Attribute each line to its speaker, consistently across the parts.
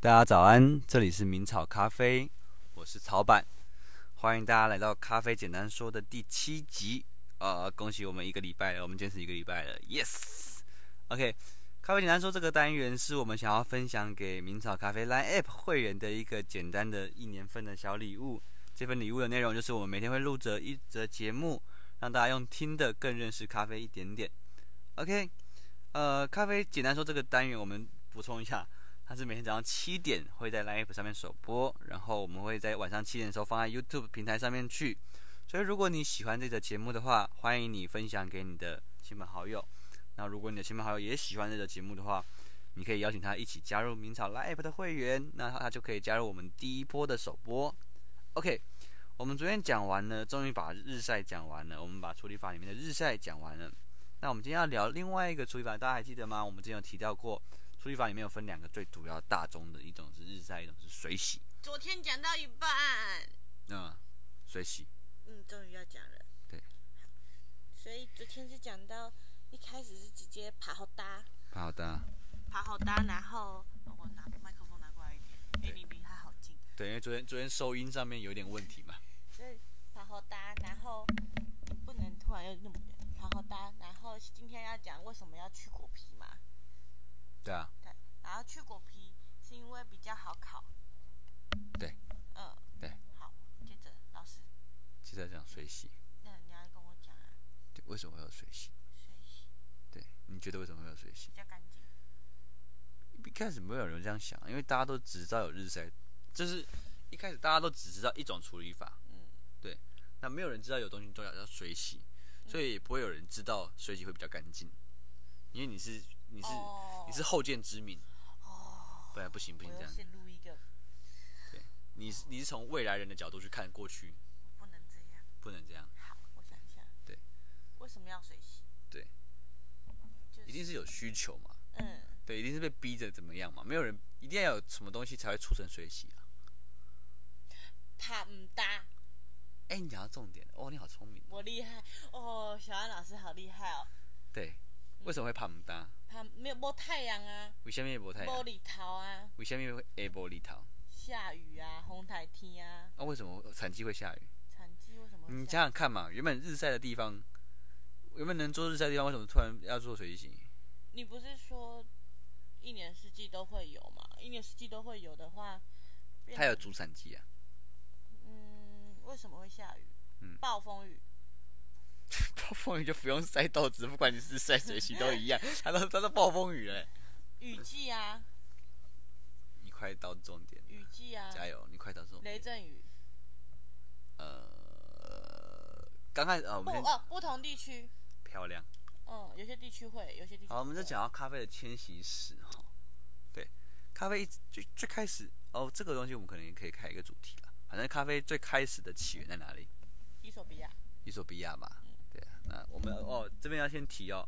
Speaker 1: 大家早安，这里是明草咖啡，我是草板，欢迎大家来到《咖啡简单说》的第七集。呃，恭喜我们一个礼拜了，我们坚持一个礼拜了，yes。OK，咖啡简单说这个单元是我们想要分享给明草咖啡 Line App 会员的一个简单的一年份的小礼物。这份礼物的内容就是我们每天会录着一则节目，让大家用听的更认识咖啡一点点。OK，呃，咖啡简单说这个单元我们补充一下，它是每天早上七点会在 Line App 上面首播，然后我们会在晚上七点的时候放在 YouTube 平台上面去。所以如果你喜欢这则节目的话，欢迎你分享给你的亲朋好友。那如果你的亲朋好友也喜欢这个节目的话，你可以邀请他一起加入明朝 Live 的会员，那他就可以加入我们第一波的首播。OK，我们昨天讲完了，终于把日晒讲完了，我们把处理法里面的日晒讲完了。那我们今天要聊另外一个处理法，大家还记得吗？我们之前有提到过，处理法里面有分两个最主要大宗的，一种是日晒，一种是水洗。
Speaker 2: 昨天讲到一半，
Speaker 1: 嗯，水洗，
Speaker 2: 嗯，终于要讲了。
Speaker 1: 对
Speaker 2: 好，所以昨天是讲到一开始是直接爬好搭，
Speaker 1: 好的。
Speaker 2: 爬好搭，然后哦我拿麦克风拿过来一点，哎
Speaker 1: 对
Speaker 2: 因为你离它好近。
Speaker 1: 对，因为昨天昨天收音上面有点问题嘛。
Speaker 2: 所以爬好搭，然后不能突然又那么远，爬好搭，然后今天要讲为什么要去果皮嘛，
Speaker 1: 对啊，
Speaker 2: 对，然后去果皮是因为比较好烤。
Speaker 1: 对。
Speaker 2: 嗯。
Speaker 1: 对。
Speaker 2: 好，接着老师，
Speaker 1: 就在讲水洗。
Speaker 2: 那你要跟我讲啊，
Speaker 1: 对，为什么会有水洗？
Speaker 2: 水洗
Speaker 1: 对，你觉得为什么会有水洗
Speaker 2: 比？较干净。
Speaker 1: 一开始没有人这样想，因为大家都只知道有日晒，就是一开始大家都只知道一种处理法，
Speaker 2: 嗯，
Speaker 1: 对，那没有人知道有东西重要叫水洗，所以也不会有人知道水洗会比较干净，因为你是你是、
Speaker 2: 哦
Speaker 1: 你是后见之明，
Speaker 2: 哦，
Speaker 1: 不然不行不
Speaker 2: 我
Speaker 1: 行这
Speaker 2: 又
Speaker 1: 样，
Speaker 2: 陷入一个
Speaker 1: 你是你是从未来人的角度去看过去，
Speaker 2: 不能这样。
Speaker 1: 不能这样，
Speaker 2: 好，我想一下。
Speaker 1: 对。
Speaker 2: 为什么要水洗？
Speaker 1: 对，
Speaker 2: 就是
Speaker 1: 一定是有需求嘛，
Speaker 2: 嗯，
Speaker 1: 对，一定是被逼着怎么样嘛，没有人一定要有什么东西才会促成水洗啊，
Speaker 2: 怕唔搭，
Speaker 1: 哎、你讲到重点了哦，你好聪明，
Speaker 2: 我厉害哦，小安老师好厉害哦。
Speaker 1: 对，为什么会怕唔搭？
Speaker 2: 怕没有没太阳啊，
Speaker 1: 为什么无太阳
Speaker 2: 没？日头啊，
Speaker 1: 为什么会哎下玻璃头？
Speaker 2: 下雨啊，红台天啊，
Speaker 1: 那、为什么产季会下雨？
Speaker 2: 产季为什么？
Speaker 1: 你想想看嘛，原本日晒的地方，原本能做日晒的地方，为什么突然要做水洗？
Speaker 2: 你不是说一年四季都会有吗？一年四季都会有的话，变
Speaker 1: 它有主产季啊，
Speaker 2: 嗯，为什么会下雨？
Speaker 1: 嗯
Speaker 2: 暴风雨。
Speaker 1: 暴风雨就不用晒豆子，不管你是晒水洗都一样，它都它都暴风雨了欸。
Speaker 2: 雨季啊，
Speaker 1: 你快到重点
Speaker 2: 雨
Speaker 1: 了，
Speaker 2: 季啊，
Speaker 1: 加油！你快到重
Speaker 2: 雷
Speaker 1: 点。
Speaker 2: 阵雨，
Speaker 1: 呃，刚开始啊，我
Speaker 2: 不
Speaker 1: 们先
Speaker 2: 哦，不同地区，
Speaker 1: 漂亮。
Speaker 2: 嗯，有些地区会，有些地区不会
Speaker 1: 好，我们就讲到咖啡的迁徙史哈。对，咖啡一直最最开始哦，这个东西我们可能也可以开一个主题了。反正咖啡最开始的起源在哪里？
Speaker 2: 伊索比亚，
Speaker 1: 伊索比亚嘛。
Speaker 2: 嗯
Speaker 1: 对啊，那我们哦这边要先提哦，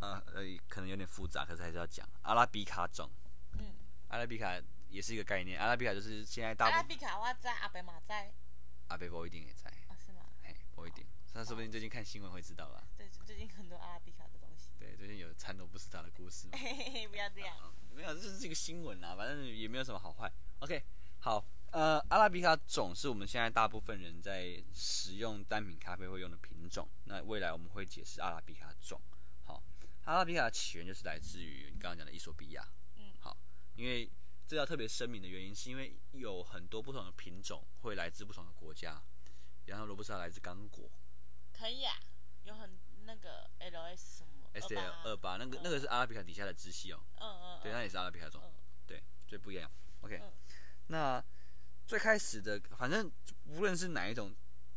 Speaker 1: 呃呃，可能有点复杂，可是还是要讲阿拉比卡种。
Speaker 2: 嗯，
Speaker 1: 阿拉比卡也是一个概念，阿拉比卡就是现在
Speaker 2: 阿
Speaker 1: 大
Speaker 2: 拉
Speaker 1: 部分
Speaker 2: 比卡哇在阿北马在
Speaker 1: 阿贝波一定也在，
Speaker 2: 啊，是吗？
Speaker 1: 嘿，不一定，那说不定最近看新闻会知道吧？
Speaker 2: 对，最近很多阿拉比卡的东西，
Speaker 1: 对，最近有参透不死他的故事嘛。嗯
Speaker 2: 嘿嘿嘿，不要这样，
Speaker 1: 没有，这是一个新闻啊，反正也没有什么好坏。OK，好，呃，阿拉比卡种是我们现在大部分人在使用单品咖啡会用的品种。那未来我们会解释阿拉比卡种。好，阿拉比卡的起源就是来自于你刚刚讲的伊索比亚。
Speaker 2: 嗯
Speaker 1: 好，因为这要特别声明的原因，是因为有很多不同的品种会来自不同的国家，然后罗布斯塔来自刚果
Speaker 2: 肯雅啊有很那个 LS 什么
Speaker 1: ，S L 二
Speaker 2: 28，
Speaker 1: 八，那个那个是阿拉比卡底下的支系哦。
Speaker 2: 嗯嗯，
Speaker 1: 对，那
Speaker 2: 嗯
Speaker 1: 也是阿拉比卡种，
Speaker 2: 嗯
Speaker 1: 对，所以不一样。OK，、
Speaker 2: 嗯
Speaker 1: 那最开始的，反正无论是哪一种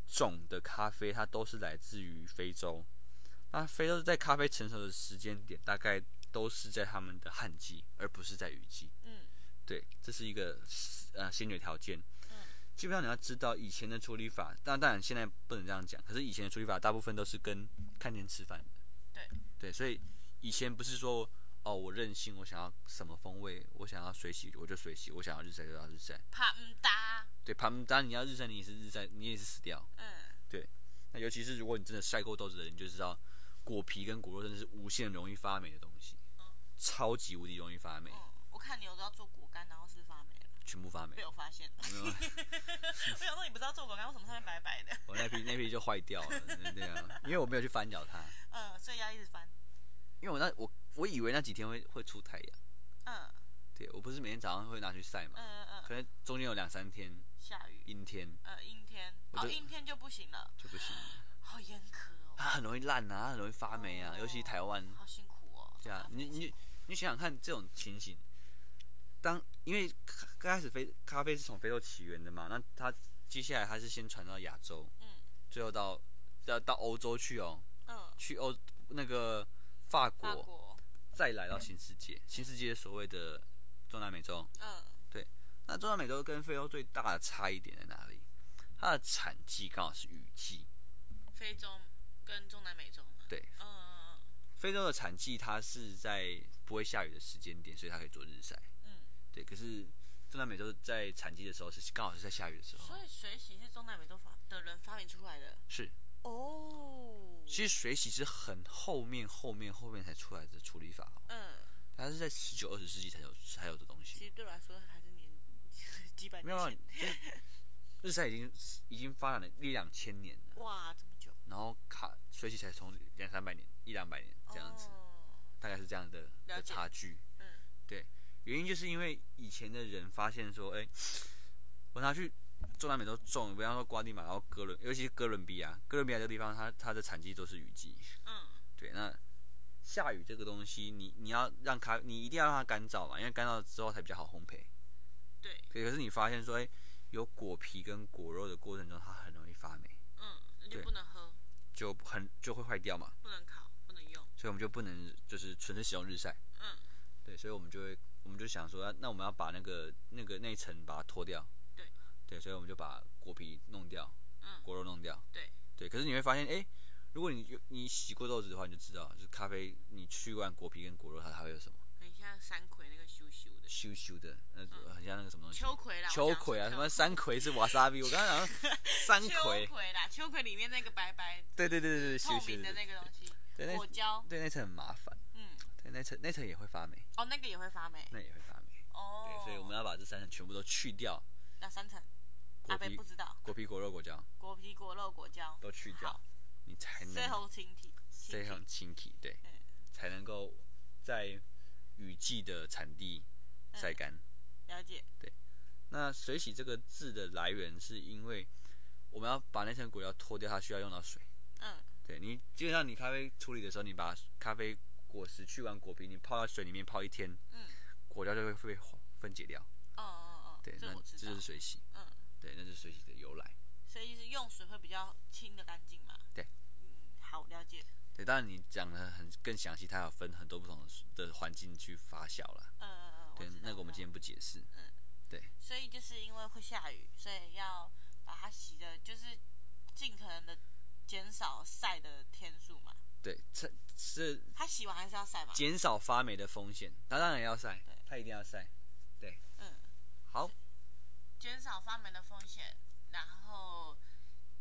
Speaker 1: 种的咖啡，它都是来自于非洲。那非洲在咖啡成熟的时间点，大概都是在他们的旱季，而不是在雨季。
Speaker 2: 嗯
Speaker 1: 对，这是一个呃先决条件。基本上你要知道以前的处理法，当当然现在不能这样讲，可是以前的处理法大部分都是跟看天吃饭的。
Speaker 2: 对
Speaker 1: 对，所以以前不是说哦我任性，我想要什么风味，我想要水洗我就水洗，我想要日晒就要日晒。
Speaker 2: 怕唔搭，
Speaker 1: 对，旁当然你要日晒你也是日晒，你也是死掉。
Speaker 2: 嗯，
Speaker 1: 那尤其是如果你真的晒过豆子的人，你就知道果皮跟果肉真的是无限容易发霉的东西，超级无敌容易发霉。
Speaker 2: 嗯我看你有时候做果干，然后是不是发霉了？
Speaker 1: 全部发霉
Speaker 2: 被。我发 现了。
Speaker 1: 没有
Speaker 2: 我想说你不知道做果干，为什么上面白白的？
Speaker 1: 我那批那批就坏掉了，对啊，因为我没有去翻搅它，
Speaker 2: 嗯，所以要一直翻。
Speaker 1: 因为我那我我以为那几天会会出太阳，
Speaker 2: 嗯
Speaker 1: 对我不是每天早上会拿去晒嘛，
Speaker 2: 嗯嗯
Speaker 1: 可
Speaker 2: 嗯，
Speaker 1: 能中间有两三天
Speaker 2: 下雨，
Speaker 1: 阴天
Speaker 2: 呃，阴天，
Speaker 1: 我
Speaker 2: 哦，
Speaker 1: 就
Speaker 2: 阴天就不行了，
Speaker 1: 就不行，
Speaker 2: 好严苛哦，
Speaker 1: 它很容易烂啊，它很容易发霉啊，
Speaker 2: 哦
Speaker 1: 尤其台湾，
Speaker 2: 好辛苦哦。
Speaker 1: 对啊，你你你想想看这种情形，当因为咖刚开始非咖啡是从非洲起源的嘛，那它接下来它是先传到亚洲，
Speaker 2: 嗯
Speaker 1: 最后到到到欧洲去哦，
Speaker 2: 嗯，
Speaker 1: 去欧那个法
Speaker 2: 法
Speaker 1: 国，
Speaker 2: 国，
Speaker 1: 再来到新世界，新世界所谓的中南美洲。
Speaker 2: 嗯
Speaker 1: 那中南美洲跟非洲最大的差异点在哪里？它的产季刚好是雨季，
Speaker 2: 非洲跟中南美洲嘛。
Speaker 1: 对，
Speaker 2: 嗯嗯
Speaker 1: 非洲的产季它是在不会下雨的时间点，所以它可以做日晒。
Speaker 2: 嗯
Speaker 1: 对，可是中南美洲在产季的时候是刚好是在下雨的时
Speaker 2: 嗯，
Speaker 1: 候
Speaker 2: 所，以水洗是中南美洲发的人发明出来的。
Speaker 1: 是。
Speaker 2: 哦，
Speaker 1: 其实水洗是很后面、后面、后面才出来的处理法、哦，
Speaker 2: 嗯，
Speaker 1: 它是在十九、二十世纪才有才有的东西。
Speaker 2: 其实对我来说还是年 几百
Speaker 1: 没有
Speaker 2: 年
Speaker 1: 啊，
Speaker 2: 前。
Speaker 1: 就是日晒已经已经发展了一两千年了。
Speaker 2: 哇，这么久，
Speaker 1: 然后卡水洗才从两三百年、一两百年这样子，
Speaker 2: 哦
Speaker 1: 大概是这样的
Speaker 2: 了
Speaker 1: 的
Speaker 2: 解
Speaker 1: 差距。
Speaker 2: 嗯，
Speaker 1: 对，原因就是因为以前的人发现说，哎、我拿去中南美洲种，比方说瓜地马拉、哥伦，尤其是哥伦比亚，哥伦比亚这个地方它它的产季都是雨季。
Speaker 2: 嗯
Speaker 1: 对，那下雨这个东西，你你要让咖，你一定要让它干燥嘛，因为干燥之后才比较好烘焙。
Speaker 2: 对，
Speaker 1: 可可是你发现说，哎、有果皮跟果肉的过程中，它很容易发霉，
Speaker 2: 嗯，那就
Speaker 1: 对
Speaker 2: 不能喝，
Speaker 1: 就很就会坏掉嘛。
Speaker 2: 不能烤，不能用，
Speaker 1: 所以我们就不能就是纯粹使用日晒。
Speaker 2: 嗯，
Speaker 1: 对，所以我们就会我们就想说，啊那我们要把那个那个那一层把它脱掉。
Speaker 2: 对，
Speaker 1: 对，所以我们就把果皮弄掉，
Speaker 2: 嗯
Speaker 1: 果肉弄掉。
Speaker 2: 对，
Speaker 1: 对，可是你会发现，哎、如果你有你洗过豆子的话，你就知道，就是咖啡你去完果皮跟果肉，它还会有什么
Speaker 2: 很像山葵那个羞羞的
Speaker 1: 咻咻的，那种很像那个什么东西。
Speaker 2: 嗯秋葵啦，我
Speaker 1: 秋
Speaker 2: 讲
Speaker 1: 葵啊，
Speaker 2: 是
Speaker 1: 什
Speaker 2: 秋
Speaker 1: 么山葵是瓦萨比，我刚刚 讲山葵
Speaker 2: 秋，葵啦，秋葵里面那个白白
Speaker 1: 对对对对对，咻
Speaker 2: 透
Speaker 1: 咻
Speaker 2: 明的那个东西，
Speaker 1: 对
Speaker 2: 果
Speaker 1: 那
Speaker 2: 胶，
Speaker 1: 对那层很麻烦，
Speaker 2: 嗯，
Speaker 1: 对那层那层也会发霉，
Speaker 2: 哦，那个也会发霉，
Speaker 1: 那也会发霉。
Speaker 2: 哦，
Speaker 1: 对，所以我们要把这三层全部都去掉，
Speaker 2: 哪三层？
Speaker 1: 果
Speaker 2: 阿贝
Speaker 1: 皮
Speaker 2: 啊不、知道，
Speaker 1: 果皮、果肉、果胶
Speaker 2: 果皮、果肉、果胶，
Speaker 1: 都去掉
Speaker 2: 好，
Speaker 1: 你才
Speaker 2: 最
Speaker 1: 能
Speaker 2: 后清体，
Speaker 1: 非常清体，对
Speaker 2: 嗯，
Speaker 1: 才能够在雨季的产地晒干。
Speaker 2: 嗯了解，
Speaker 1: 那水洗这个字的来源是因为我们要把那层果胶脱掉，它需要用到水。
Speaker 2: 嗯
Speaker 1: 对你基本上你咖啡处理的时候，你把咖啡果实去完果皮，你泡到水里面泡一天，
Speaker 2: 嗯，
Speaker 1: 果胶就会被分解掉。
Speaker 2: 哦哦哦，
Speaker 1: 对，
Speaker 2: 这
Speaker 1: 那
Speaker 2: 我知
Speaker 1: 这
Speaker 2: 道
Speaker 1: 就是，水洗。
Speaker 2: 嗯，
Speaker 1: 对，那就是水洗的由来。
Speaker 2: 所以就是用水会比较清的干净嘛，
Speaker 1: 对，
Speaker 2: 嗯，好，了解，
Speaker 1: 对，当然你讲的很更详细，它有分很多不同的的环境去发酵啦。
Speaker 2: 嗯嗯嗯，
Speaker 1: 对
Speaker 2: 知，道
Speaker 1: 那个我们
Speaker 2: 知道
Speaker 1: 今天不解释。
Speaker 2: 所以就是因为会下雨，所以要把它洗的，就是尽可能的减少晒的天数嘛。
Speaker 1: 对，这是
Speaker 2: 它洗完还是要晒嘛？
Speaker 1: 减少发霉的风险，它当然要晒
Speaker 2: 对，
Speaker 1: 它一定要晒。
Speaker 2: 嗯，
Speaker 1: 好，
Speaker 2: 减少发霉的风险，然后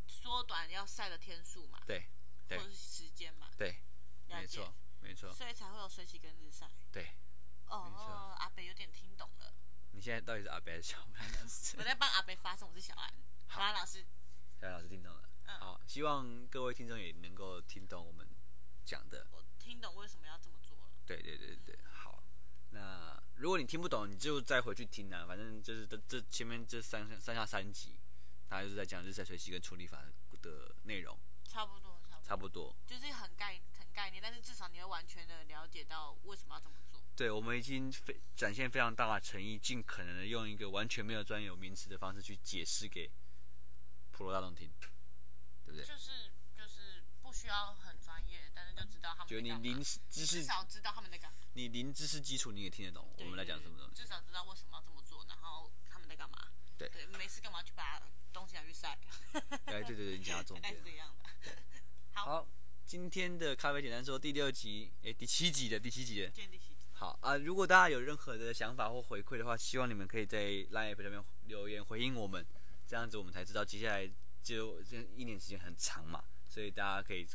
Speaker 2: 缩短要晒的天数嘛，
Speaker 1: 对
Speaker 2: 或
Speaker 1: 对
Speaker 2: 者是时间嘛，
Speaker 1: 对，
Speaker 2: 了
Speaker 1: 没
Speaker 2: 解。
Speaker 1: 错没错。
Speaker 2: 所以才会有水洗跟日晒。
Speaker 1: 对，没错
Speaker 2: 哦，阿北有点听懂 了，
Speaker 1: 你现在到底是阿白还是小 白老师
Speaker 2: 我？在帮阿北发声，我是小安，小安老师。
Speaker 1: 小白老师听懂了。
Speaker 2: 嗯
Speaker 1: 好，希望各位听众也能够听懂我们讲的。
Speaker 2: 我听懂为什么要这么做了。
Speaker 1: 对对对对，好。那如果你听不懂，你就再回去听啊。反正就是这这前面这三上下三集，它就是在讲日晒水洗跟处理法的内容，
Speaker 2: 差不多，差不多，
Speaker 1: 差不多。
Speaker 2: 就是很概很概念，但是至少你会完全的了解到为什么要这么做。
Speaker 1: 对，我们已经非展现非常大的诚意，尽可能的用一个完全没有专有名词的方式去解释给普罗大众听，对不对？
Speaker 2: 就是就是不需要很专业，但是就知道他们
Speaker 1: 就
Speaker 2: 在
Speaker 1: 你
Speaker 2: 干嘛
Speaker 1: 零知
Speaker 2: 至
Speaker 1: 识，
Speaker 2: 少知道他们在干嘛。
Speaker 1: 你零知识基础你也听得懂我
Speaker 2: 对
Speaker 1: 们在讲什么东西。
Speaker 2: 至少知道为什么要这么做，然后他们在干嘛。
Speaker 1: 对
Speaker 2: 对，没事干嘛去把东西拿去晒，
Speaker 1: 哎，对对对，你讲到重
Speaker 2: 大概
Speaker 1: 点
Speaker 2: 是
Speaker 1: 了。
Speaker 2: 这样的。
Speaker 1: 好，今天的咖啡简单说第六集，哎，第七集的第七集的。
Speaker 2: 建立起
Speaker 1: 好啊，如果大家有任何的想法或回馈的话，希望你们可以在 Line App 上面留言回应我们，这样子我们才知道接下来就这一年时间很长嘛，所以大家可以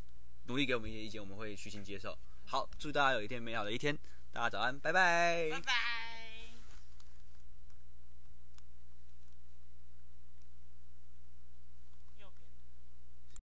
Speaker 1: 努力给我们一些意见，我们会虚心接受。好，祝大家有一天美好的一天，大家早安，拜拜
Speaker 2: 拜拜。